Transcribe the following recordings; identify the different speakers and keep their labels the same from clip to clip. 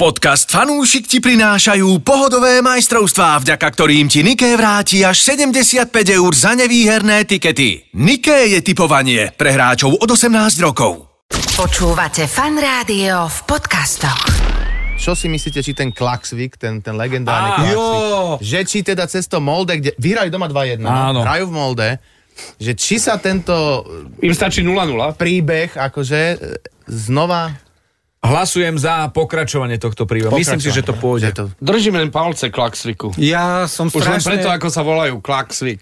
Speaker 1: Podcast Fanúšik ti prinášajú pohodové majstrovstvá, vďaka ktorým ti Niké vráti až 75 eur za nevýherné tikety. Niké je typovanie pre hráčov od 18 rokov.
Speaker 2: Počúvate fan rádio v podcastoch.
Speaker 3: Čo si myslíte, či ten Klaxvik, ten, ten legendárny Klaxvik, že či teda cez to Molde, kde vyhrali doma 2-1,
Speaker 4: Áno.
Speaker 3: hrajú v Molde, že či sa tento
Speaker 5: Im stačí 0-0.
Speaker 3: príbeh akože e, znova...
Speaker 4: Hlasujem za pokračovanie tohto príbehu. Myslím si, že to
Speaker 3: Že
Speaker 4: pôjde.
Speaker 3: to,
Speaker 5: Držíme len palce Klaxviku.
Speaker 6: Ja som
Speaker 5: Už len
Speaker 6: strašne...
Speaker 5: preto, ako sa volajú Klaxvik.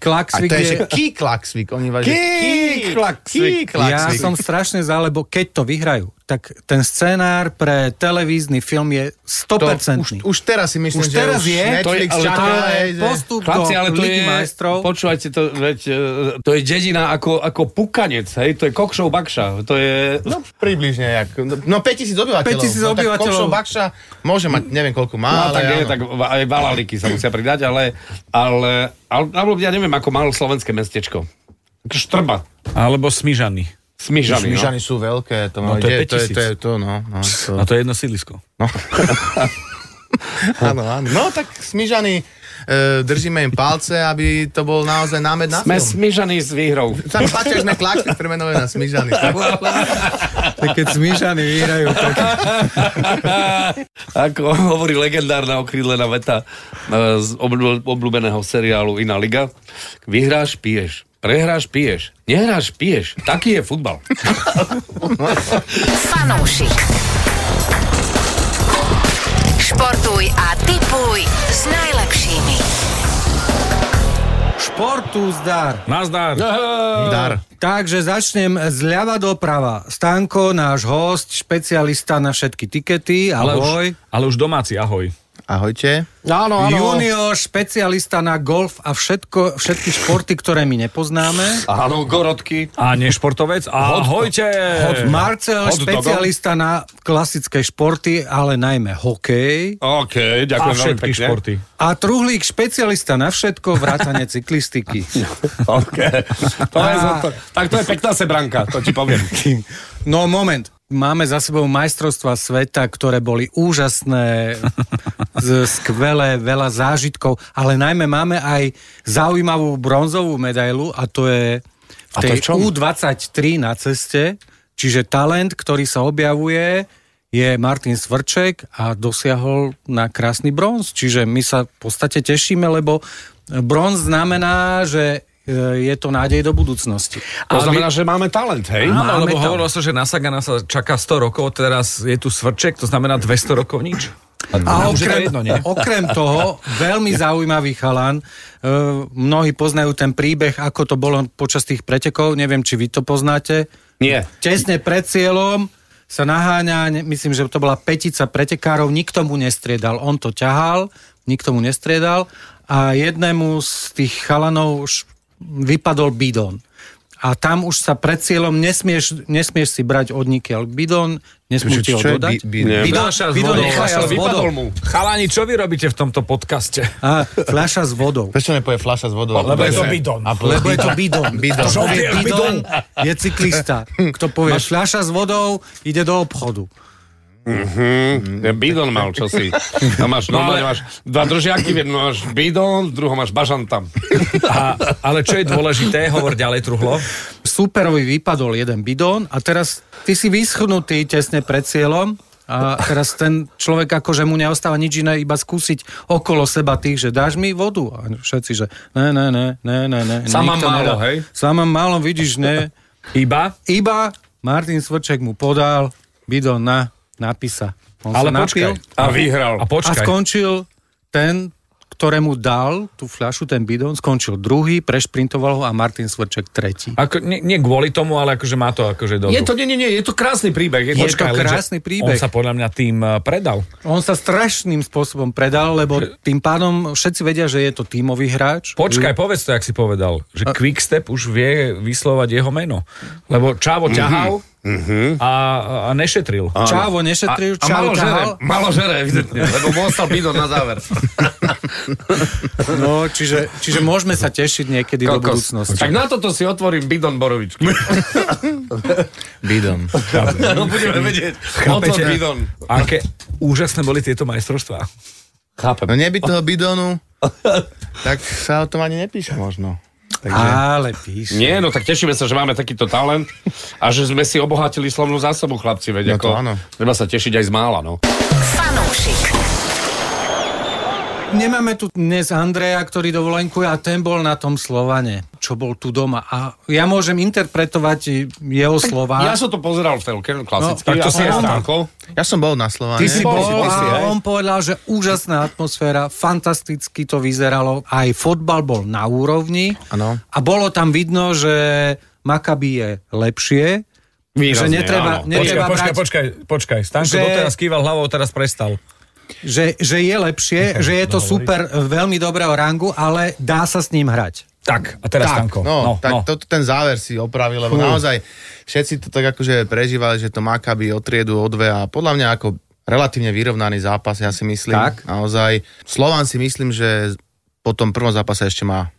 Speaker 3: a
Speaker 6: Klaxvik
Speaker 3: to je,
Speaker 6: je...
Speaker 3: že ký Klaxvik, oni vás...
Speaker 5: Ký Klaxvik.
Speaker 6: Ja som strašne za, lebo keď to vyhrajú, tak ten scenár pre televízny film je 100%.
Speaker 3: už, už teraz si myslím, že
Speaker 6: Už teraz
Speaker 3: už
Speaker 5: to
Speaker 6: je,
Speaker 5: je-
Speaker 3: Netflix
Speaker 5: ale
Speaker 3: čaká,
Speaker 6: to je
Speaker 3: hej, že...
Speaker 6: postup
Speaker 5: Chlapci,
Speaker 6: do
Speaker 5: ale to
Speaker 6: Ligy
Speaker 5: je,
Speaker 6: majstrov.
Speaker 5: počúvajte to, veď, e, to je dedina ako, ako pukanec, hej, to je kokšov bakša, to je...
Speaker 3: No približne, jak, no 5000 obyvateľov.
Speaker 6: 5000
Speaker 3: no, tak
Speaker 6: obyvateľov.
Speaker 3: Kopšov Bakša môže mať, neviem koľko
Speaker 5: No,
Speaker 3: má, ale
Speaker 5: tak nie,
Speaker 3: áno.
Speaker 5: tak va- aj valaliky sa musia pridať, ale, ale, ale, ale ja neviem, ako malo slovenské mestečko. Štrba.
Speaker 4: Alebo Smyžany.
Speaker 5: Smyžany, no.
Speaker 3: Myžany sú veľké, to, no,
Speaker 4: to je
Speaker 3: to, je,
Speaker 4: 5000.
Speaker 3: to, je, to, no, no, to,
Speaker 4: A to je jedno sídlisko.
Speaker 3: Áno, áno. No tak smyžaní, e, držíme im palce, aby to bol naozaj námed na
Speaker 5: Sme
Speaker 3: film.
Speaker 5: smyžaní s výhrou.
Speaker 3: Tam páči, ak sme klak, tak premenové na smyžaní.
Speaker 6: Tak keď Smížany vyhrajú, tak...
Speaker 5: Ako hovorí legendárna okrídlená veta e, z obľú- obľúbeného seriálu Iná liga. Vyhráš, piješ. Prehráš, piješ. Nehráš, piješ. Taký je futbal.
Speaker 2: Fanúšik. Športuj a tipuj s najlepšími.
Speaker 6: Športu zdar.
Speaker 5: No.
Speaker 4: Nazdar.
Speaker 3: Dar.
Speaker 6: Takže začnem zľava doprava. Stanko, náš host, špecialista na všetky tikety.
Speaker 4: Ale už,
Speaker 6: Ahoj.
Speaker 4: ale už domáci, ahoj.
Speaker 3: Ahojte.
Speaker 5: Áno,
Speaker 6: Junior, špecialista na golf a všetko, všetky športy, ktoré my nepoznáme.
Speaker 5: Áno, gorodky.
Speaker 4: A nešportovec. Ahojte.
Speaker 5: Eh,
Speaker 6: Marcel,
Speaker 5: Hot dogom.
Speaker 6: špecialista na klasické športy, ale najmä hokej.
Speaker 5: OK,
Speaker 4: A
Speaker 5: ďakujem veľmi
Speaker 4: všetky
Speaker 5: pekne.
Speaker 4: športy.
Speaker 6: A Truhlík, špecialista na všetko, vrátane cyklistiky.
Speaker 5: No, OK. To je,
Speaker 6: A-
Speaker 5: za to, tak to je pekná sebranka, to ti poviem.
Speaker 6: No moment, máme za sebou majstrovstva sveta, ktoré boli úžasné, z- skvelé, veľa zážitkov, ale najmä máme aj zaujímavú bronzovú medailu a to je v
Speaker 5: A to
Speaker 6: tej
Speaker 5: v čom?
Speaker 6: U23 na ceste, čiže talent, ktorý sa objavuje, je Martin Svrček a dosiahol na krásny bronz. Čiže my sa v podstate tešíme, lebo bronz znamená, že e, je to nádej do budúcnosti.
Speaker 5: To znamená, že máme talent, hej?
Speaker 4: Áno,
Speaker 6: Máme
Speaker 4: lebo
Speaker 6: tam.
Speaker 4: hovorilo sa, že na Sagana sa čaká 100 rokov, teraz je tu svrček, to znamená 200 rokov nič.
Speaker 6: A
Speaker 4: už je to
Speaker 6: okrem,
Speaker 4: jedno, nie?
Speaker 6: okrem toho, veľmi zaujímavý chalan. Uh, mnohí poznajú ten príbeh, ako to bolo počas tých pretekov. Neviem, či vy to poznáte.
Speaker 5: Nie.
Speaker 6: Tesne pred cieľom sa naháňa, ne- myslím, že to bola petica pretekárov, nikto mu nestriedal. On to ťahal, nikto mu nestriedal a jednému z tých chalanov š- vypadol bidon. A tam už sa pred cieľom nesmieš, nesmieš si brať od nikiaľ bidon, nesmieš ti ho
Speaker 3: Čo je
Speaker 6: dodať.
Speaker 3: bi- bi-
Speaker 6: Bidon-
Speaker 4: Fľaša s
Speaker 6: bidon
Speaker 4: vodou.
Speaker 6: je
Speaker 5: Nechaj, ale
Speaker 6: fľaša s vodou.
Speaker 5: vlastne vypadol mu.
Speaker 4: Chalani, čo vy robíte v tomto podcaste?
Speaker 6: A fľaša s vodou.
Speaker 3: Prečo nepovie fľaša s vodou?
Speaker 4: Lebo je to bidon.
Speaker 3: A
Speaker 6: Lebo je to bidon.
Speaker 3: Bidon.
Speaker 6: Kto povie
Speaker 4: Žovier,
Speaker 6: bidon, je cyklista. Kto povie fľaša s vodou, ide do obchodu.
Speaker 5: Mm, Ja bidon mal čosi. A máš, no,
Speaker 4: ale-
Speaker 5: máš dva držiaky, v jednom máš bidon, v druhom máš bažantam.
Speaker 4: A, ale čo je dôležité, hovor ďalej, Truhlo.
Speaker 6: Superovi vypadol jeden bidon a teraz ty si vyschnutý tesne pred cieľom a teraz ten človek akože mu neostáva nič iné, iba skúsiť okolo seba tých, že dáš mi vodu. A všetci, že ne, ne, ne, ne, ne, ne.
Speaker 5: Sama
Speaker 6: nikto
Speaker 5: málo,
Speaker 6: nedá.
Speaker 5: hej?
Speaker 6: Sama málo, vidíš, ne.
Speaker 4: Iba?
Speaker 6: Iba Martin Svrček mu podal bidon na, napisa. On sa
Speaker 4: Ale
Speaker 6: napil.
Speaker 4: počkaj.
Speaker 5: A vyhral.
Speaker 4: A
Speaker 6: A
Speaker 4: počkaj.
Speaker 6: skončil ten, ktorému dal tú fľašu, ten bidón, skončil druhý, prešprintoval ho a Martin Svrček tretí.
Speaker 4: Ako, nie, nie kvôli tomu, ale akože má to akože dobrú.
Speaker 5: Je to, nie, nie, nie, je to krásny príbeh. Je,
Speaker 6: Je
Speaker 5: počkaj,
Speaker 6: to
Speaker 4: lenže
Speaker 6: krásny príbeh.
Speaker 4: On sa podľa mňa tým eh, predal.
Speaker 6: On sa strašným spôsobom predal, lebo tým pádom všetci vedia, že je to tímový hráč.
Speaker 4: Počkaj,
Speaker 5: Mhm.
Speaker 4: povedz to, jak si povedal, že Quickstep už vie vyslovať jeho meno. Lebo Čavo ťahal, a, a nešetril. A,
Speaker 6: Čávo nešetril,
Speaker 5: a
Speaker 6: čau
Speaker 5: malo žere,
Speaker 6: ťahal.
Speaker 5: malo žere, evidentne, lebo mu ostal bidon na záver.
Speaker 6: No, čiže, čiže môžeme sa tešiť niekedy do
Speaker 5: Kokos.
Speaker 6: budúcnosti.
Speaker 5: Tak no- na toto si otvorím bidon borovičky.
Speaker 3: Bidon.
Speaker 5: No budeme vedieť. Otvor
Speaker 4: Chápete?
Speaker 5: bidon.
Speaker 4: Aké úžasné boli tieto majstrovstvá.
Speaker 3: No nebyť toho bidonu, tak sa o tom ani nepíše možno.
Speaker 6: Ale píš.
Speaker 5: Nie, no tak tešíme sa, že máme takýto talent a že sme si obohatili slovnú zásobu, chlapci,
Speaker 3: No
Speaker 5: veď ako,
Speaker 3: to áno.
Speaker 5: treba sa tešiť aj z mála, no.
Speaker 2: Fanúšik.
Speaker 6: Nemáme tu dnes Andreja, ktorý dovolenkuje a ten bol na tom Slovane, čo bol tu doma. A ja môžem interpretovať jeho slova.
Speaker 5: Ja som to pozeral v telke, klasicky.
Speaker 6: No, tak to
Speaker 5: ja
Speaker 6: si
Speaker 5: som
Speaker 6: je
Speaker 5: Stanko.
Speaker 3: Ja som bol na Slovane.
Speaker 6: Ty si
Speaker 5: bol,
Speaker 6: bol
Speaker 5: si- ty si, hej?
Speaker 6: a on povedal, že úžasná atmosféra, fantasticky to vyzeralo, aj fotbal bol na úrovni
Speaker 3: Áno.
Speaker 6: a bolo tam vidno, že Makabi je lepšie,
Speaker 5: Výrazne,
Speaker 6: že netreba,
Speaker 5: áno.
Speaker 6: netreba brať,
Speaker 4: počkaj, počkaj. Stanko
Speaker 6: Že-
Speaker 4: kýval hlavou, teraz prestal.
Speaker 6: Že, že je lepšie,
Speaker 5: Mhm.
Speaker 6: že je
Speaker 5: No,
Speaker 6: to super e, veľmi dobrého rangu, ale dá sa s ním hrať.
Speaker 4: Tak, a teraz
Speaker 6: Tak,
Speaker 4: Stanko.
Speaker 3: No, no, tak no. Toto, ten záver si opravil, lebo naozaj všetci to tak akože prežívali, že to Makabi o triedu, o dve a podľa mňa ako relatívne vyrovnaný zápas, ja si myslím.
Speaker 6: Tak.
Speaker 3: Naozaj. Slovan si myslím, že po tom prvom zápase ešte má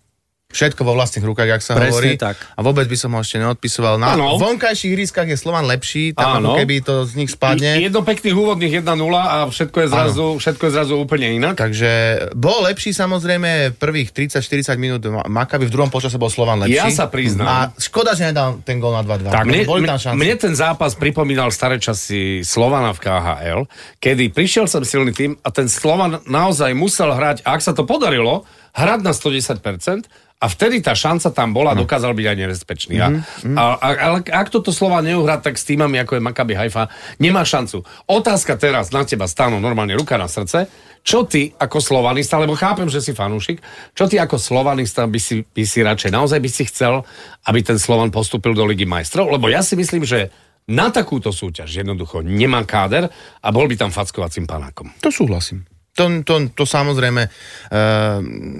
Speaker 3: všetko vo vlastných rukách, jak sa
Speaker 6: Presne
Speaker 3: hovorí.
Speaker 6: tak.
Speaker 3: A vôbec by som ho ešte neodpisoval. Na
Speaker 5: Áno.
Speaker 3: vonkajších ihriskách je Slovan lepší, tam
Speaker 5: Áno.
Speaker 3: ako keby to z nich spadne.
Speaker 5: Jedno pekných úvodných 1-0 a všetko je zrazu, všetko je zrazu úplne inak.
Speaker 3: Takže bol lepší samozrejme prvých 30-40 minút Ma- Makabi, v druhom počase bol Slovan lepší.
Speaker 5: Ja sa priznám.
Speaker 3: A škoda, že nedal ten gol na 2-2.
Speaker 5: Tak, mne,
Speaker 3: teda. Boli tam
Speaker 5: mne,
Speaker 3: šance.
Speaker 5: mne ten zápas pripomínal staré časy Slovana v KHL, kedy prišiel som silný tým a ten Slovan naozaj musel hrať, a ak sa to podarilo, hrať na 110%, a vtedy tá šanca tam bola,
Speaker 3: Hm.
Speaker 5: dokázal byť aj nebezpečný.
Speaker 3: Mhm,
Speaker 5: Mm-hmm. A, a, ale ak toto slova neuhrá, tak s týmami ako je Maccabi Haifa, nemá šancu. Otázka teraz na teba, Stano, normálne ruka na srdce. Čo ty ako slovanista, lebo chápem, že si fanúšik, čo ty ako slovanista by si, by si radšej, naozaj by si chcel, aby ten Slovan postúpil do Ligy majstrov? Lebo ja si myslím, že na takúto súťaž jednoducho nemá káder a bol by tam fackovacím panákom.
Speaker 3: To súhlasím. To, to, to samozrejme, e,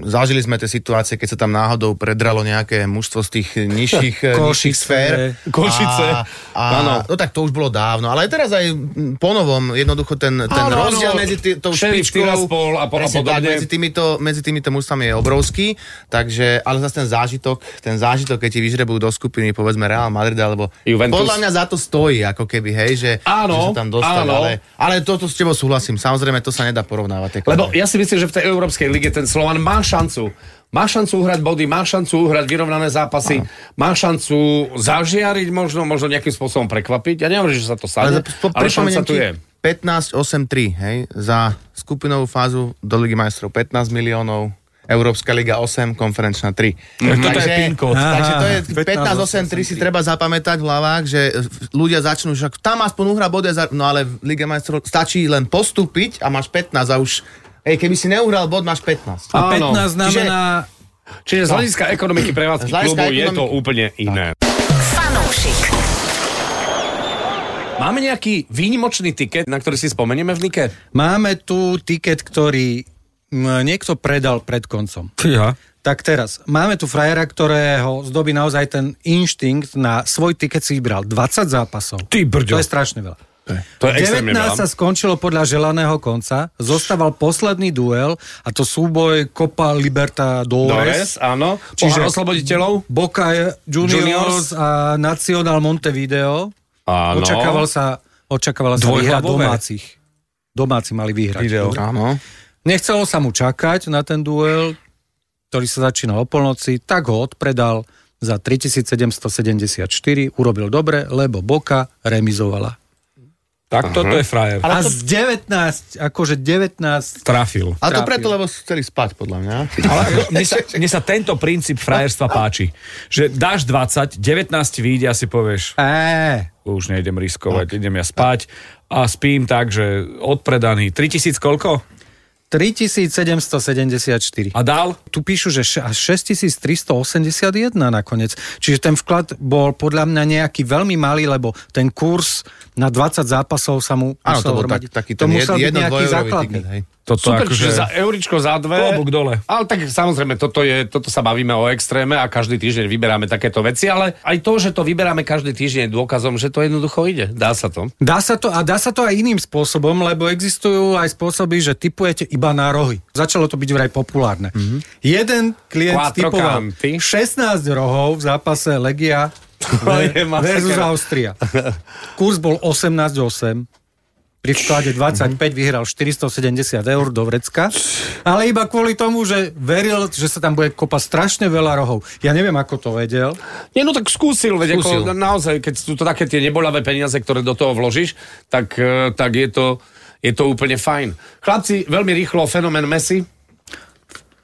Speaker 3: zažili sme tie situácie, keď sa tam náhodou predralo nejaké mužstvo z tých nižších, e, nižších
Speaker 6: Košice.
Speaker 3: sfér.
Speaker 5: Košice.
Speaker 3: A,
Speaker 5: Áno.
Speaker 3: a, no tak to už bolo dávno, ale aj teraz aj mm, ponovom jednoducho ten, ten
Speaker 5: Áno, áno.
Speaker 3: rozdiel medzi tý, tou
Speaker 5: Šerif
Speaker 3: špičkou
Speaker 5: Tiraspol a po- a
Speaker 3: presne tak,
Speaker 5: podobne.
Speaker 3: medzi týmito, medzi týmito mužstvami je obrovský, takže, ale zase ten zážitok, ten zážitok, keď ti vyžrebujú do skupiny, povedzme Real Madrid, alebo
Speaker 5: Juventus.
Speaker 3: podľa mňa za to stojí, ako keby, hej, že,
Speaker 5: Áno,
Speaker 3: že sa tam dostali,
Speaker 5: áno.
Speaker 3: ale ale toto s tebou súhlasím, samozrejme to sa nedá porovnávať. tie
Speaker 5: Lebo
Speaker 3: klady.
Speaker 5: ja si myslím, že v tej Európskej lige ten Slovan má šancu. Má šancu uhrať body, má šancu uhrať vyrovnané zápasy, má šancu zažiariť možno, možno nejakým spôsobom prekvapiť. Ja nehovorím, že sa to stane,
Speaker 3: za-
Speaker 5: ale,
Speaker 3: po-
Speaker 5: ale
Speaker 3: pripomeniem
Speaker 5: šanca tu
Speaker 3: ti,
Speaker 5: je.
Speaker 3: 15-8-3, hej, za skupinovú fázu do Ligy majstrov 15 miliónov, Európska liga 8, konferenčná 3. Mm-hmm.
Speaker 4: Mhm. toto je pin code.
Speaker 3: takže to je 15-8-3 si
Speaker 6: 15,
Speaker 3: treba zapamätať v hlavách, že eh, ľudia začnú, že tam aspoň uhra body, za- no ale v Lige majstrov stačí len postúpiť a máš 15 a už, hej, keby si neuhral bod, máš 15.
Speaker 6: A
Speaker 5: Áno.
Speaker 6: 15 znamená...
Speaker 5: Čiže z hľadiska ekonomiky prevádzky
Speaker 3: Z hľadiska
Speaker 5: klubu je to
Speaker 3: ekonomiky-
Speaker 5: úplne iné.
Speaker 2: Fanúšik.
Speaker 5: Máme nejaký výnimočný tiket, na ktorý si spomenieme v Nike?
Speaker 6: Máme tu tiket, ktorý mm, niekto predal pred koncom.
Speaker 4: Ja.
Speaker 6: Tak teraz, máme tu frajera, ktorého zdobí naozaj ten inštinkt na svoj tiket si vybral 20 zápasov.
Speaker 4: Ty
Speaker 6: To
Speaker 4: brďo.
Speaker 6: je strašne veľa.
Speaker 5: To je extrémne
Speaker 6: 19 sa
Speaker 5: veľa.
Speaker 6: skončilo podľa želaného konca, zostával posledný duel a to súboj Copa Liberta
Speaker 5: Dores,
Speaker 6: Dores.
Speaker 5: áno.
Speaker 6: Čiže-
Speaker 5: Pohár osloboditeľov?
Speaker 6: Boca
Speaker 5: Juniors.
Speaker 6: Juniors a Nacional Montevideo.
Speaker 5: Áno.
Speaker 6: Očakával sa, očakávala sa výhra
Speaker 4: Dvojhlavové.
Speaker 6: domácich. Domáci mali vyhrať.
Speaker 4: Video.
Speaker 3: Áno.
Speaker 6: Nechcelo sa mu čakať na ten duel, ktorý sa začína o polnoci, tak ho odpredal za 3774, urobil dobre, lebo Boka remizovala.
Speaker 4: Tak toto
Speaker 3: Mhm.
Speaker 4: je frajer.
Speaker 6: A z 19, akože 19...
Speaker 4: Trafil.
Speaker 3: Ale to
Speaker 6: Trápil.
Speaker 3: preto, lebo chceli spať, podľa mňa.
Speaker 4: Ale ako, mne, sa, mne sa tento princíp frajerstva páči. Že dáš 20, 19 ti vyjde a si povieš,
Speaker 6: Éh,
Speaker 4: už nejdem riskovať, idem ja spať. A spím tak, že odpredaný. 3000 koľko?
Speaker 6: 3774.
Speaker 4: A dal?
Speaker 6: tu píšu, že še- až 6381 nakoniec. Čiže ten vklad bol podľa mňa nejaký veľmi malý, lebo ten kurz na 20 zápasov sa mu
Speaker 3: Áno,
Speaker 6: musel
Speaker 3: to bol tak,
Speaker 6: hromadiť.
Speaker 3: taký
Speaker 6: to
Speaker 3: ten jed,
Speaker 6: musel byť
Speaker 3: jedno
Speaker 6: nejaký
Speaker 3: dvojeurový
Speaker 6: základný.
Speaker 3: tiket, hej.
Speaker 5: To
Speaker 4: Toto
Speaker 5: Super,
Speaker 4: akože...
Speaker 5: akože... za euričko za dve.
Speaker 4: Klobúk dole.
Speaker 5: Ale tak samozrejme, toto, je, toto sa bavíme o extréme a každý týždeň vyberáme takéto veci, ale aj to, že to vyberáme každý týždeň je dôkazom, že to jednoducho ide. Dá sa to.
Speaker 6: Dá sa to a dá sa to aj iným spôsobom, lebo existujú aj spôsoby, že typujete iba na rohy. Začalo to byť vraj populárne. Mm-hmm. Jeden klient
Speaker 5: Mhm. Quattro
Speaker 6: typoval
Speaker 5: campi.
Speaker 6: 16 rohov v zápase Legia
Speaker 5: je masaker.
Speaker 6: versus Austria. Kurs bol 18,8. Pri vklade 25 vyhral 470 eur do vrecka, ale iba kvôli tomu, že veril, že sa tam bude kopať strašne veľa rohov. Ja neviem, ako to vedel.
Speaker 5: Nie, no tak skúsil, veď
Speaker 6: Skúsil.
Speaker 5: ako, na- naozaj, keď sú to také tie nebolavé peniaze, ktoré do toho vložíš, tak, e, tak je, to, je to úplne fajn. Chlapci, veľmi rýchlo, fenomén Messi.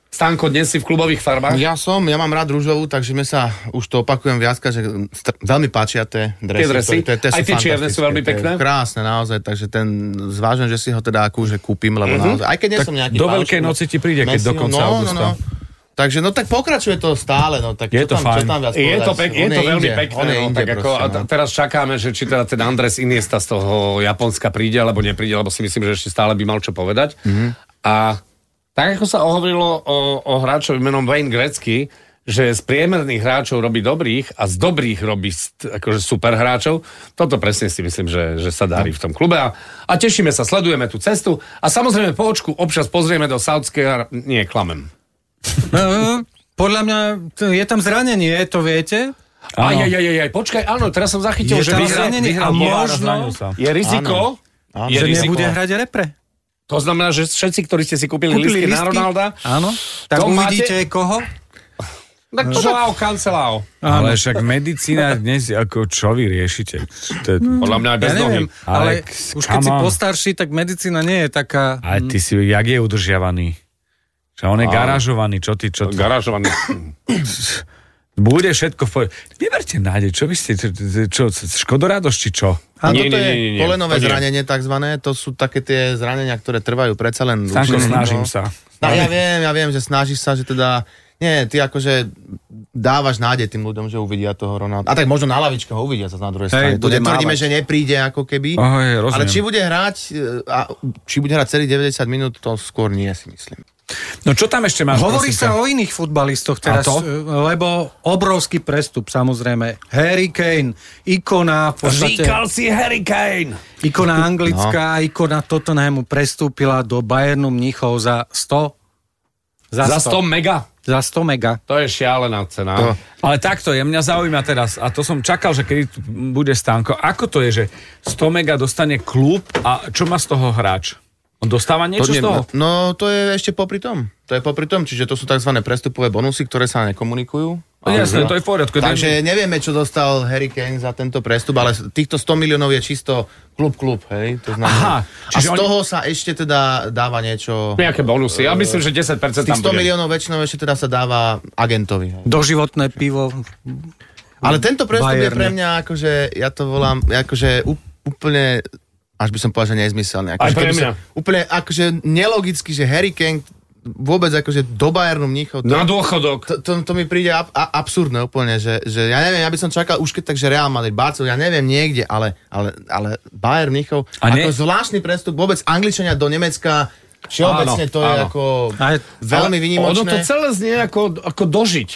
Speaker 5: Stanko, dnes si v klubových farbách.
Speaker 3: Ja som, ja mám rád rúžovú, takže mne sa, už to opakujem viacka, že str- veľmi páčia tie dresy.
Speaker 5: Tie dresy?
Speaker 3: ktoré-
Speaker 5: Aj tie čierne sú veľmi
Speaker 3: fantastické,
Speaker 5: pekné?
Speaker 3: to je Krásne, naozaj, takže ten, zvážim, že si ho teda akože kúpim, lebo mm-hmm. naozaj, aj keď nie som nejaký
Speaker 4: do
Speaker 3: fanúšik, no,
Speaker 4: Veľkej noci ti príde, keď
Speaker 3: Messiho,
Speaker 4: do konca augusta.
Speaker 3: no, Takže no tak pokračuje to stále, no tak čo
Speaker 4: Je to
Speaker 3: tam,
Speaker 4: fajn.
Speaker 3: Čo tam viac
Speaker 5: Je to,
Speaker 3: povedať?
Speaker 5: pek, je
Speaker 3: On
Speaker 5: to veľmi
Speaker 3: inde,
Speaker 5: pekné.
Speaker 3: on je
Speaker 5: no,
Speaker 3: inde
Speaker 5: tak ako,
Speaker 3: proste,
Speaker 5: a
Speaker 3: no.
Speaker 5: t- teraz čakáme, že či teda ten Andres Iniesta z toho Japonska príde, alebo nepríde, lebo si myslím, že ešte stále by mal čo povedať.
Speaker 3: Mhm.
Speaker 5: A tak ako sa ohovorilo o, o hráčovi menom Wayne Gretzky, že z priemerných hráčov robí dobrých a z dobrých robí st- akože super hráčov. Toto presne si myslím, že, že sa darí v tom klube. A, a tešíme sa, sledujeme tú cestu. A samozrejme po očku občas pozrieme do Saudskej... Ar- Nie, klamem.
Speaker 6: No, Podľa mňa t- je tam zranenie, to viete?
Speaker 5: Aj, aj, aj, aj, aj, počkaj, áno, teraz som zachytil, že
Speaker 6: Je tam
Speaker 5: vyhral,
Speaker 6: zranený
Speaker 5: vyhral
Speaker 6: a
Speaker 5: Polár
Speaker 6: možno-
Speaker 4: zranil sa.
Speaker 5: Je riziko, áno. Je
Speaker 6: Že
Speaker 5: riziko.
Speaker 6: nebude hrať repre.
Speaker 5: To znamená, že všetci, ktorí ste si kúpili, kúpili listky, na Ronalda,
Speaker 6: Áno. Tak
Speaker 5: To
Speaker 6: uvidíte koho?
Speaker 5: tak to Joao Cancelao.
Speaker 4: Ale však medicína dnes, ako čo vy riešite? To je,
Speaker 5: Podľa mňa aj bez
Speaker 6: Ja
Speaker 5: nohy.
Speaker 6: neviem, ale
Speaker 4: Alex,
Speaker 6: už keď
Speaker 4: come
Speaker 6: si
Speaker 4: on.
Speaker 6: postarší, tak medicína nie je taká...
Speaker 4: ale ty si, jak je udržiavaný? Že on je garážovaný, čo ty, čo ty?
Speaker 5: Garažovaný.
Speaker 4: Bude všetko v poriadku. Neberte nádej, čo by ste, čo, čo škodoradosť či čo?
Speaker 3: A
Speaker 5: Nie,
Speaker 3: nie, toto
Speaker 5: nie,
Speaker 3: nie, nie,
Speaker 5: nie, nie,
Speaker 3: je kolenové
Speaker 5: to nie.
Speaker 3: zranenie takzvané, to sú také tie zranenia, ktoré trvajú predsa len...
Speaker 4: Stanko,
Speaker 3: dlhšie, no.
Speaker 4: snažím sa.
Speaker 3: No, ja viem, ja viem, že snažíš sa, že teda... Nie, ty akože dávaš nádej tým ľuďom, že uvidia toho Ronalda. A tak možno na lavičke ho uvidia sa na druhej strane. to
Speaker 6: bude
Speaker 3: netvrdíme,
Speaker 6: mávať.
Speaker 3: že nepríde ako keby.
Speaker 4: Ahoj, rozumiem.
Speaker 3: ale či bude hrať, e, a, či bude hrať celých 90 minút, to skôr nie si myslím.
Speaker 4: No čo tam ešte máš?
Speaker 6: Hovorí
Speaker 4: prosím ťa?
Speaker 6: sa o iných futbalistoch teraz,
Speaker 4: A to?
Speaker 6: e, lebo obrovský prestup samozrejme. Harry Kane, ikona, v podstate,
Speaker 5: Říkal si Harry Kane.
Speaker 6: ikona anglická, no. ikona Tottenhamu prestúpila do Bayernu Mnichov za 100
Speaker 5: Za 100 mega.
Speaker 6: za 100 mega.
Speaker 5: To je šialená cena.
Speaker 4: Ale takto je, mňa zaujíma teraz, a to som čakal, že kedy tu bude stánko, ako to je, že 100 mega dostane klub a čo má z toho hráč? On dostáva niečo z toho?
Speaker 3: No to je ešte popri tom. To je popri tom, čiže to sú tzv. prestupové bonusy, ktoré sa nekomunikujú.
Speaker 4: No, jasné, to je v poriadku.
Speaker 3: Takže nevieme, čo dostal Harry Kane za tento prestup, ale týchto 100 miliónov je čisto klub-klub, hej? To
Speaker 4: Aha,
Speaker 3: znamená. a z
Speaker 4: čiže oni-
Speaker 3: toho sa ešte teda dáva niečo...
Speaker 5: Nejaké bonusy. Ja myslím, že
Speaker 3: Z
Speaker 5: 10%
Speaker 3: tých 100
Speaker 5: tam bude.
Speaker 3: miliónov väčšinou ešte teda sa dáva agentovi. Hej.
Speaker 6: Doživotné pivo.
Speaker 3: Ale tento prestup je
Speaker 6: Bayerne.
Speaker 3: pre mňa akože, ja to volám, akože ú- úplne až by som povedal, že nezmyselný. Akože,
Speaker 5: Aj pre
Speaker 3: keby
Speaker 5: mňa.
Speaker 3: Sa, úplne akože nelogicky, že Harry Kane vôbec akože do Bayernu Mníchov. to-
Speaker 5: Na dôchodok.
Speaker 3: to, to, to mi príde ab, a, absurdné úplne, že, že ja neviem, ja by som čakal už keď takže Real Madrid, Barcelona, ja neviem niekde, ale, ale, ale Bayern Mnichov,
Speaker 4: A ne-
Speaker 3: ako zvláštny prestup vôbec Angličania do Nemecka, všeobecne
Speaker 5: Áno,
Speaker 3: to je
Speaker 5: áno.
Speaker 3: ako
Speaker 6: Ale-
Speaker 3: veľmi
Speaker 5: Ono to
Speaker 3: vynimočné.
Speaker 5: celé znie ako, ako dožiť.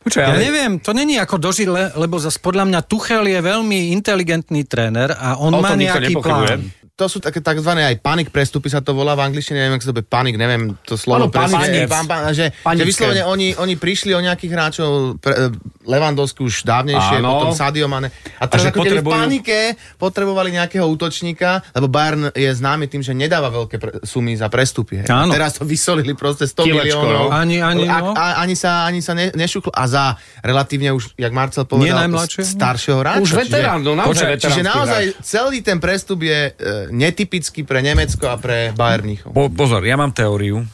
Speaker 4: Počkaj,
Speaker 6: Ja
Speaker 4: ale...
Speaker 6: neviem, to není ako dožiť, le- lebo zas podľa mňa Tuchel je veľmi inteligentný tréner a on
Speaker 5: O
Speaker 6: má
Speaker 5: tom nikto
Speaker 6: nejaký
Speaker 5: nepochybuje.
Speaker 6: plán.
Speaker 3: To sú také tzv. aj panik prestupy, sa to volá v angličtine, neviem, ako sa to bude panik, neviem to slovo.
Speaker 5: Áno, panické.
Speaker 3: Pan, pan, že, že
Speaker 5: Panické.
Speaker 3: vyslovene oni, oni prišli o nejakých hráčov, pre, Levandovský už dávnejšie,
Speaker 5: Áno.
Speaker 3: potom Sadio Mane. A teraz
Speaker 4: že
Speaker 3: ako keby v
Speaker 4: potrebujú-
Speaker 3: panike potrebovali nejakého útočníka, lebo Bayern je známy tým, že nedáva veľké pre, sumy za prestupy. Hej. A
Speaker 6: Áno.
Speaker 3: Teraz to vysolili proste 100
Speaker 5: Kilečko,
Speaker 3: miliónov.
Speaker 5: no.
Speaker 6: Ani- ani,
Speaker 3: a,
Speaker 6: no.
Speaker 3: a, ani sa, ani sa ne, nešuklo. A za relatívne už, jak Marcel povedal,
Speaker 6: najmladšieho?
Speaker 3: s- staršeho hráča.
Speaker 5: Už veterán, no naozaj veterán.
Speaker 3: Čiže naozaj celý ten prestup je e, netypický pre Nemecko a pre Bayern Mníchov.
Speaker 4: Po, pozor, ja mám teóriu,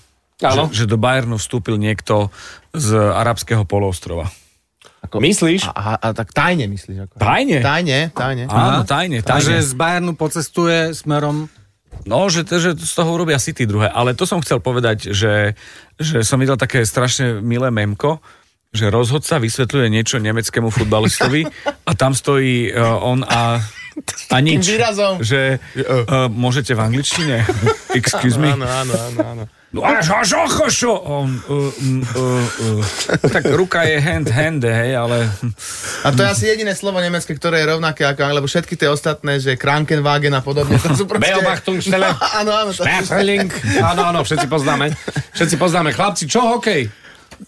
Speaker 5: Áno.
Speaker 4: že, že do Bayernu vstúpil niekto z arabského poloostrova.
Speaker 3: Ako-
Speaker 5: Myslíš?
Speaker 3: A, a, a tak tajne myslíš. Ako,
Speaker 4: Tajne?
Speaker 3: Tajne, tajne.
Speaker 4: Áno, tajne,
Speaker 6: Takže
Speaker 4: tajne.
Speaker 6: z Bayernu pocestuje smerom...
Speaker 4: No, že, že z toho urobia City druhé. Ale to som chcel povedať, že, že som videl také strašne milé memko, že rozhodca vysvetľuje niečo nemeckému futbalistovi a tam stojí uh, on a A nič.
Speaker 3: výrazom.
Speaker 4: Že uh, môžete v angličtine? Excuse me.
Speaker 3: Áno, áno, áno, áno.
Speaker 4: No Až, až, och, až, o, um, um, uh, uh. Tak ruka je hand, hand, hej, ale...
Speaker 3: A to je asi jediné slovo nemecké, ktoré je rovnaké ako anglické, lebo všetky tie ostatné, že Krankenwagen a podobne, to sú proste...
Speaker 5: Beobachtung-Stelle.
Speaker 3: Áno, áno, to sú...
Speaker 5: Schmetterling. Áno, áno, všetci poznáme. Všetci poznáme. Chlapci, čo hokej?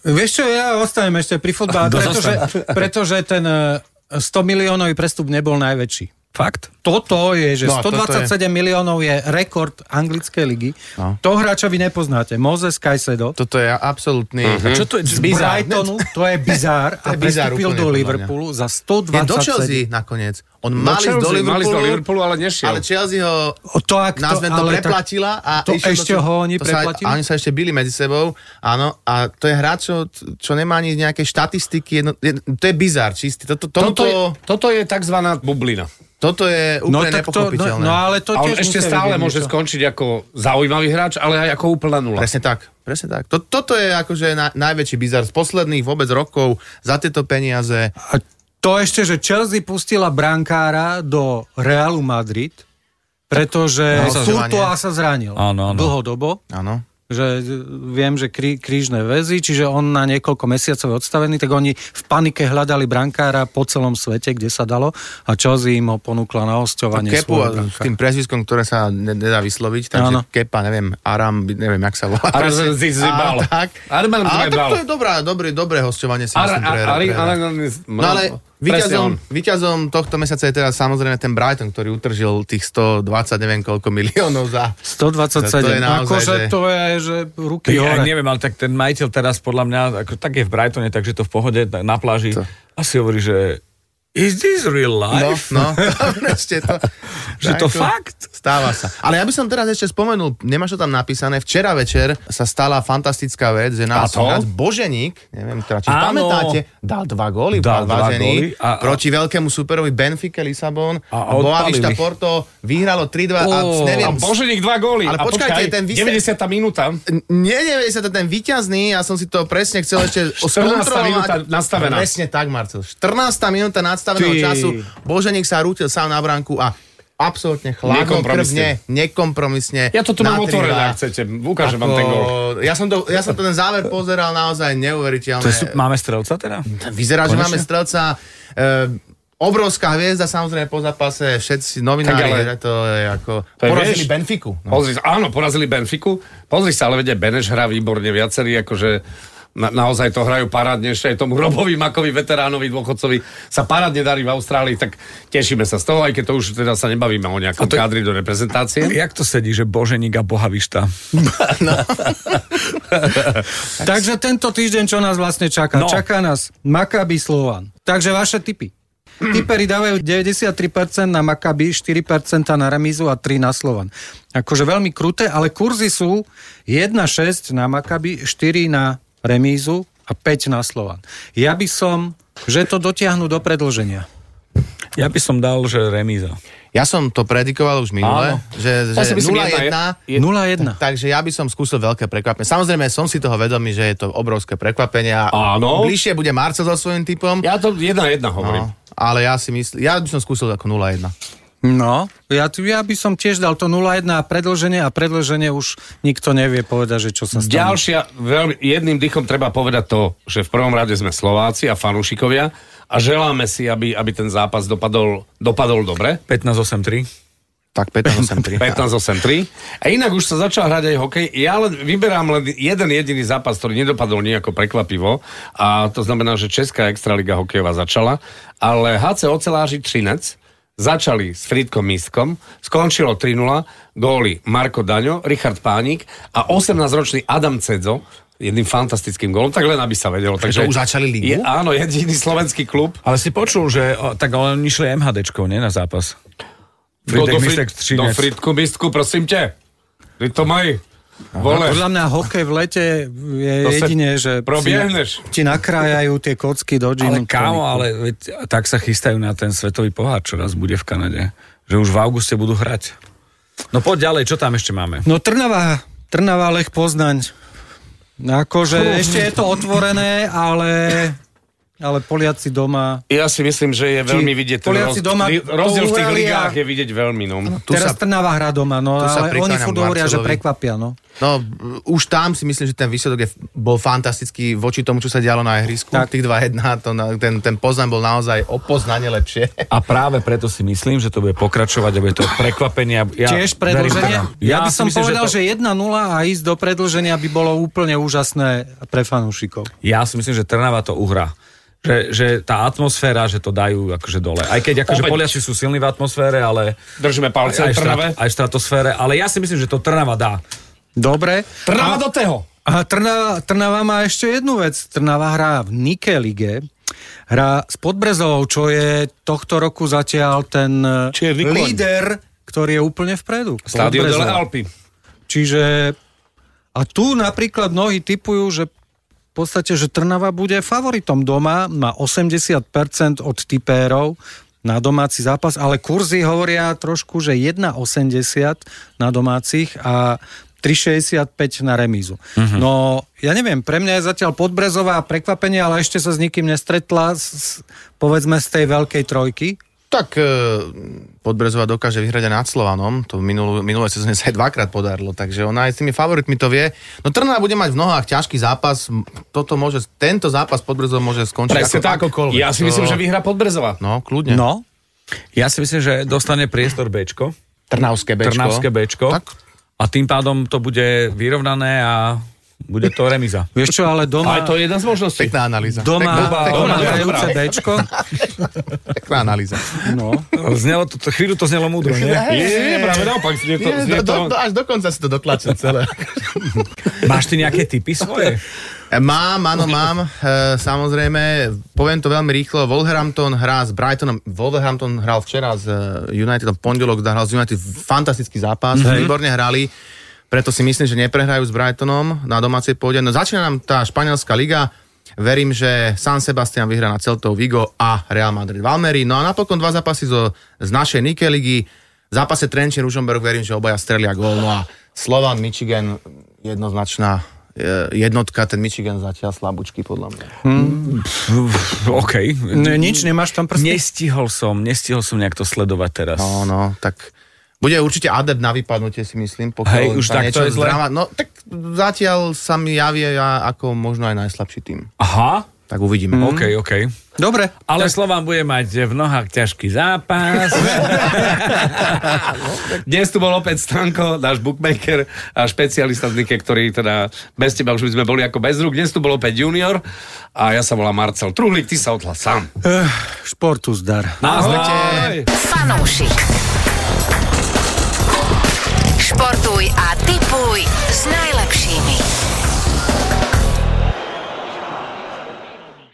Speaker 6: Vieš čo, ja ostanem ešte pri futbale, pretože, pretože ten e, 100 miliónový prestup nebol najväčší.
Speaker 4: Fakt?
Speaker 6: Toto je, že
Speaker 3: No,
Speaker 6: no,
Speaker 3: toto
Speaker 6: 127 je... miliónov je rekord anglickej ligy. No. To hráča vy nepoznáte. Mozes Kajsedo.
Speaker 3: Toto je absolútny... Uh-huh.
Speaker 4: Čo to je?
Speaker 6: z Brightonu, to je
Speaker 3: To
Speaker 6: bizár, a
Speaker 3: je bizár úplne
Speaker 6: prestúpil do
Speaker 3: podľa mňa.
Speaker 6: Liverpoolu za
Speaker 3: Je do
Speaker 6: 127.
Speaker 3: Chelsea nakoniec. On mal ísť
Speaker 5: No Chelsea,
Speaker 3: do
Speaker 5: mal ísť
Speaker 3: Liverpoolu,
Speaker 5: do Liverpoolu, ale nešiel.
Speaker 3: Ale Chelsea ho
Speaker 6: O, to, ak to,
Speaker 3: Názvem to
Speaker 6: ale tak-
Speaker 3: preplatila a
Speaker 6: to
Speaker 3: išiel
Speaker 6: ešte
Speaker 3: do-
Speaker 6: ho oni
Speaker 3: to sa aj-
Speaker 6: preplatili?
Speaker 3: A oni sa ešte byli medzi sebou, áno. A to je hráč, čo, čo nemá ani nejaké štatistiky, jedno, jed, to je bizár čistý. Toto,
Speaker 5: Toto
Speaker 3: tomuto,
Speaker 5: je, toto je tzv. bublina.
Speaker 3: toto je
Speaker 6: No,
Speaker 3: úplne no,
Speaker 6: tak to, no,
Speaker 3: nepochopiteľné.
Speaker 6: no ale to
Speaker 5: A on
Speaker 6: tiež
Speaker 5: ešte
Speaker 6: musia
Speaker 5: stále
Speaker 6: vedieť
Speaker 5: môže
Speaker 6: niečo.
Speaker 5: skončiť ako zaujímavý hráč, ale aj ako úplná nula.
Speaker 3: Presne tak, presne tak. To, toto je akože na, najväčší bizar z posledných vôbec rokov za tieto peniaze.
Speaker 6: A to ešte, že Chelsea pustila brankára do Realu Madrid, pretože
Speaker 3: Na hostovanie.
Speaker 6: Courtois sa zranil
Speaker 4: Áno, áno.
Speaker 6: dlhodobo.
Speaker 3: Áno.
Speaker 6: že viem, že krí, krížne väzy, čiže on na niekoľko mesiacov je odstavený, tak oni v panike hľadali brankára po celom svete, kde sa dalo a Chelsea im ho ponúkla na hostovanie
Speaker 3: Kepu
Speaker 6: svojho
Speaker 3: a- s
Speaker 6: brankára.
Speaker 3: tým prezviskom, ktoré sa ne- nedá vysloviť, takže
Speaker 6: Áno.
Speaker 3: Kepa, neviem, Aram, neviem, jak sa volá.
Speaker 5: Aram
Speaker 3: Proste-
Speaker 5: Zizibal.
Speaker 3: Á, tak.
Speaker 5: Aram
Speaker 3: Á, tak
Speaker 5: Zizibal.
Speaker 3: to je dobrá, dobrý, dobré hostovanie si myslím pre, pre, No ale
Speaker 5: víťazom...
Speaker 3: víťazom, víťazom tohto mesiaca je teraz samozrejme ten Brighton, ktorý utržil tých 120, neviem koľko miliónov za... To je
Speaker 6: 127.
Speaker 3: naozaj,
Speaker 6: Akože
Speaker 3: že-
Speaker 6: to je, že ruky
Speaker 4: Ja
Speaker 6: hore.
Speaker 4: neviem, ale tak ten majiteľ teraz podľa mňa, ako, tak je v Brightone, takže to v pohode na- na pláži. Asi hovorí, že is this real
Speaker 3: No,
Speaker 4: life?
Speaker 3: no, proste to... uh,
Speaker 4: Že to fakt?
Speaker 3: Stáva sa. Ale ja by som teraz ešte spomenul, nemáš to tam napísané, včera večer sa stala fantastická vec, že nás
Speaker 4: to?
Speaker 3: hrať Boženík, neviem teda, či
Speaker 4: Áno.
Speaker 3: pamätáte, dal dva góly, dal
Speaker 4: Dal dva
Speaker 3: dva
Speaker 4: góly
Speaker 3: ženy,
Speaker 4: a- a-
Speaker 3: a, proti veľkému superovi Benfike Lisabon,
Speaker 4: A
Speaker 3: a, Boavista
Speaker 4: odpalili.
Speaker 3: Porto, vyhralo 3-2 a
Speaker 4: Ó.
Speaker 5: A
Speaker 3: neviem,
Speaker 5: Boženík dva góly.
Speaker 3: Ale
Speaker 5: A
Speaker 3: počkajte, ten vy ste-
Speaker 5: 90. minúta.
Speaker 3: nie, nie, sa to ten výťazný, ja som si to presne chcel ešte
Speaker 5: 14. minúta nastavená.
Speaker 3: Presne tak, Marcel. 14. minúta nastaveného
Speaker 5: Ty.
Speaker 3: Ty. času. Boženík sa rútil sám na bránku a absolútne chladnokrvne, nekompromisne.
Speaker 5: Ja to tu
Speaker 3: na
Speaker 5: mám
Speaker 3: tri
Speaker 5: otvorené,
Speaker 3: dva.
Speaker 5: ak chcete. Ukážem vám ten gól.
Speaker 3: Ja som, to, ja som to ten záver pozeral naozaj neuveriteľné.
Speaker 4: To je, sú- máme strelca teda?
Speaker 3: Vyzerá, že máme strelca. E, obrovská hviezda, samozrejme po zápase, všetci novinári,
Speaker 5: Tak ale-
Speaker 3: že to je ako...
Speaker 5: To je,
Speaker 3: porazili
Speaker 5: vieš-
Speaker 3: Benfiku.
Speaker 5: No. Pozri, sa- áno, porazili Benfiku. Pozri sa, ale vedia, Beneš hrá výborne viacerí, akože na, naozaj to hrajú parádne, ešte aj tomu Robovi Makovi, veteránovi, dôchodcovi sa parádne darí v Austrálii, tak tešíme sa z toho, aj keď to už teda sa nebavíme o nejakom to... kádri do reprezentácie.
Speaker 4: Jak to sedí, že Boženík a Bohavišta?
Speaker 6: Takže tento týždeň, čo nás vlastne čaká?
Speaker 4: No.
Speaker 6: No. Čaká nás Maccabi Slovan. Takže vaše tipy. Tiperi dávajú 93% na Maccabi, 4% na Remizu a 3% na Slovan. Akože veľmi kruté, ale kurzy sú 1,6 na Maccabi, 4 na Remízu a 5 na Slovan. Ja by som, že to dotiahnu do predlženia.
Speaker 4: Ja by som dal, že remíza.
Speaker 3: Ja som to predikoval už minule,
Speaker 4: Áno.
Speaker 3: že,
Speaker 5: Ja si
Speaker 3: že
Speaker 5: myslím, jedna
Speaker 3: 0-1,
Speaker 6: 0-1.
Speaker 3: Takže ja by som skúsil veľké prekvapenie. Samozrejme, som si toho vedomý, že je to obrovské prekvapenie. a
Speaker 5: Áno.
Speaker 3: Bližšie bude Marcel so svojím typom.
Speaker 5: Ja to jedna jedna hovorím.
Speaker 3: No, ale ja si myslím, ja by som skúsil ako 0-1.
Speaker 6: No, ja, t- ja by som tiež dal to 0-1 a predlženie a predlženie už nikto nevie povedať, že čo sa stane.
Speaker 5: Ďalšia, veľmi, jedným dychom treba povedať to, že v prvom rade sme Slováci a fanúšikovia a želáme si, aby, aby ten zápas dopadol, dopadol dobre.
Speaker 4: 15-8-3.
Speaker 3: Tak 15-8-3.
Speaker 5: 15-8-3. A inak už sa začal hrať aj hokej. Ja len vyberám len jeden jediný zápas, ktorý nedopadol nejako prekvapivo. A to znamená, že Česká extraliga hokejová začala. Ale HC Oceláři Třinec začali s Fridkom Miskom, skončilo 3-0, góly Marko Daňo, Richard Pánik a 18-ročný Adam Cedzo jedným fantastickým gólom, tak len aby sa vedelo. Takže
Speaker 3: už začali
Speaker 5: Je,
Speaker 3: ligu?
Speaker 5: áno, jediný slovenský klub.
Speaker 4: Ale si počul, že o, tak oni išli MHDčkou, nie na zápas. Fridek
Speaker 5: do, Frid-
Speaker 4: Misek
Speaker 5: do
Speaker 4: Třinec.
Speaker 5: Fridku Mistku, prosím ťa. Ty to mají. Vole.
Speaker 6: Podľa mňa hokej v lete je
Speaker 5: To sa
Speaker 6: jedine, že
Speaker 5: probiehneš.
Speaker 6: ti, ti nakrájajú tie kocky do
Speaker 4: Ale
Speaker 6: džinu.
Speaker 4: kámo, ale veď, tak sa chystajú na ten svetový pohár, čo raz bude v Kanade. Že už v auguste budú hrať. No poď ďalej, čo tam ešte máme?
Speaker 6: No Trnava, Trnava Lech Poznaň. No Akože ešte je to otvorené, ale ale Poliaci doma...
Speaker 5: Ja si myslím, že je veľmi vidieť ten
Speaker 6: Poliaci
Speaker 5: roz...
Speaker 6: doma
Speaker 5: li- rozdiel v tých
Speaker 6: pouhrali a-
Speaker 5: ligách je vidieť veľmi. No.
Speaker 3: Tu
Speaker 6: teraz
Speaker 3: sa-
Speaker 6: Trnava hra doma, no
Speaker 3: tu sa
Speaker 6: ale oni
Speaker 3: prikláňam
Speaker 6: furt hovoria, že
Speaker 3: Marcelovi.
Speaker 6: prekvapia, no.
Speaker 3: No, už tam si myslím, že ten výsledok je, bol fantastický voči tomu, čo sa dialo na ihrisku.
Speaker 6: Tak.
Speaker 3: Tak. Tých 2-1, to, na- ten, ten poznám bol naozaj o poznanie lepšie.
Speaker 4: A práve preto si myslím, že to bude pokračovať a bude to prekvapenie. Ja
Speaker 6: Tiež predlženie?
Speaker 4: verím-
Speaker 6: Ja, by
Speaker 4: si
Speaker 6: som
Speaker 4: myslím,
Speaker 6: povedal,
Speaker 4: to-
Speaker 6: že, 1-0 a ísť do predlženia by bolo úplne úžasné pre fanúšikov.
Speaker 4: Ja si myslím, že Trnava to uhra. Že, že tá atmosféra, že to dajú akože dole. Aj keď akože
Speaker 5: Opäť.
Speaker 4: Poliaci sú silní v atmosfére, ale...
Speaker 5: Držíme palce
Speaker 4: aj, aj,
Speaker 5: aj
Speaker 4: v
Speaker 5: Trnave.
Speaker 4: strat- aj v stratosfére, ale ja si myslím, že to Trnava dá.
Speaker 6: Dobre.
Speaker 5: Trnava do teho.
Speaker 6: A Trnava, Trnava má ešte jednu vec. Trnava hrá v Nike lige. Hrá s Podbrezovou, čo je tohto roku zatiaľ ten
Speaker 5: Čo je výkon.
Speaker 6: líder, ktorý je úplne vpredu.
Speaker 5: Stadio dole
Speaker 6: Podbrezová.
Speaker 5: Alpy.
Speaker 6: Čiže a tu napríklad mnohí typujú, že v podstate, že Trnava bude favoritom doma, má 80% od tipérov na domáci zápas, ale kurzy hovoria trošku, že 1,80 na domácich a 3,65 na remízu.
Speaker 5: Mhm.
Speaker 6: Mm-hmm. No, ja neviem, pre mňa je zatiaľ podbrezová prekvapenie, ale ešte sa s nikým nestretla, s, s- povedzme z tej veľkej trojky.
Speaker 3: Tak e, Podbrezová dokáže vyhrať aj nad Slovanom, to minulú, minulé sezóne sa aj dvakrát podarilo, takže ona aj s tými favoritmi to vie. No Trnava bude mať v nohách ťažký zápas, m, toto môže, tento zápas Podbrezov môže skončiť
Speaker 5: Presne tak. Ja si myslím,
Speaker 3: To-
Speaker 5: že vyhra Podbrezová.
Speaker 3: No, kľudne. No.
Speaker 6: No,
Speaker 4: Ja si myslím, že dostane priestor Bčko,
Speaker 3: Trnavské Bčko.
Speaker 4: Trnavské Bčko
Speaker 3: Tak.
Speaker 4: a tým pádom to bude vyrovnané a bude to remiza.
Speaker 6: vieš čo, ale doma...
Speaker 5: Ale to je jedna z možností.
Speaker 3: Pekná analýza.
Speaker 6: Doma,
Speaker 3: pekná,
Speaker 6: doma, doma
Speaker 4: dobrá.
Speaker 6: hrajúce Bčko.
Speaker 3: pekná analýza.
Speaker 6: No.
Speaker 4: Znelo to, to, chvíľu to znelo múdro, nie?
Speaker 5: Je, je, je, práve naopak. Je to,
Speaker 3: Je, do,
Speaker 5: je
Speaker 3: do, do,
Speaker 5: to,
Speaker 3: až dokonca si to dotlačil celé.
Speaker 4: Máš ty nejaké typy svoje?
Speaker 3: Mám, áno, mám. E, samozrejme, poviem to veľmi rýchlo. Wolverhampton hrá s Brightonom. Wolverhampton hral včera s e, Unitedom pondelok, hral s United fantastický zápas, mm-hmm. výborne hrali. Preto si myslím, že neprehrajú s Brightonom na domácej pôde. No začína nám tá španielská liga. Verím, že San Sebastian vyhrá na Celtou Vigo a Real Madrid Valmeri. No a napokon dva zápasy zo, z našej Nike ligy. V zápase Trenčín Ružomberok verím, že obaja strelia gól. No a Slovan Michigan jednoznačná e, jednotka, ten Michigan zatiaľ slabúčky podľa mňa.
Speaker 4: OK.
Speaker 6: No, nič, nemáš tam prsty?
Speaker 4: Nestihol som, nestihol som nejak to sledovať teraz.
Speaker 3: No, no, tak bude určite adept na vypadnutie, si myslím, pokiaľ
Speaker 4: Hej, už
Speaker 3: sa niečo
Speaker 4: takto je zle?
Speaker 3: zdráva. No, tak zatiaľ sa mi javie ja ako možno aj najslabší tým.
Speaker 4: Aha,
Speaker 3: Tak uvidíme.
Speaker 4: OK, OK.
Speaker 6: Dobre.
Speaker 4: Ale Slován bude mať v nohách ťažký zápas.
Speaker 5: Dnes tu bol opäť Stanko, náš bookmaker a špecialista z Nike, ktorý teda bez teba už by sme boli ako bez rúk. Dnes tu bol opäť junior a ja sa volám Marcel Truhlík, ty sa odhlas sám.
Speaker 6: Eh, športu zdar.
Speaker 5: Ahoj!
Speaker 2: Fanúšik. Športuj a tipuj s najlepším.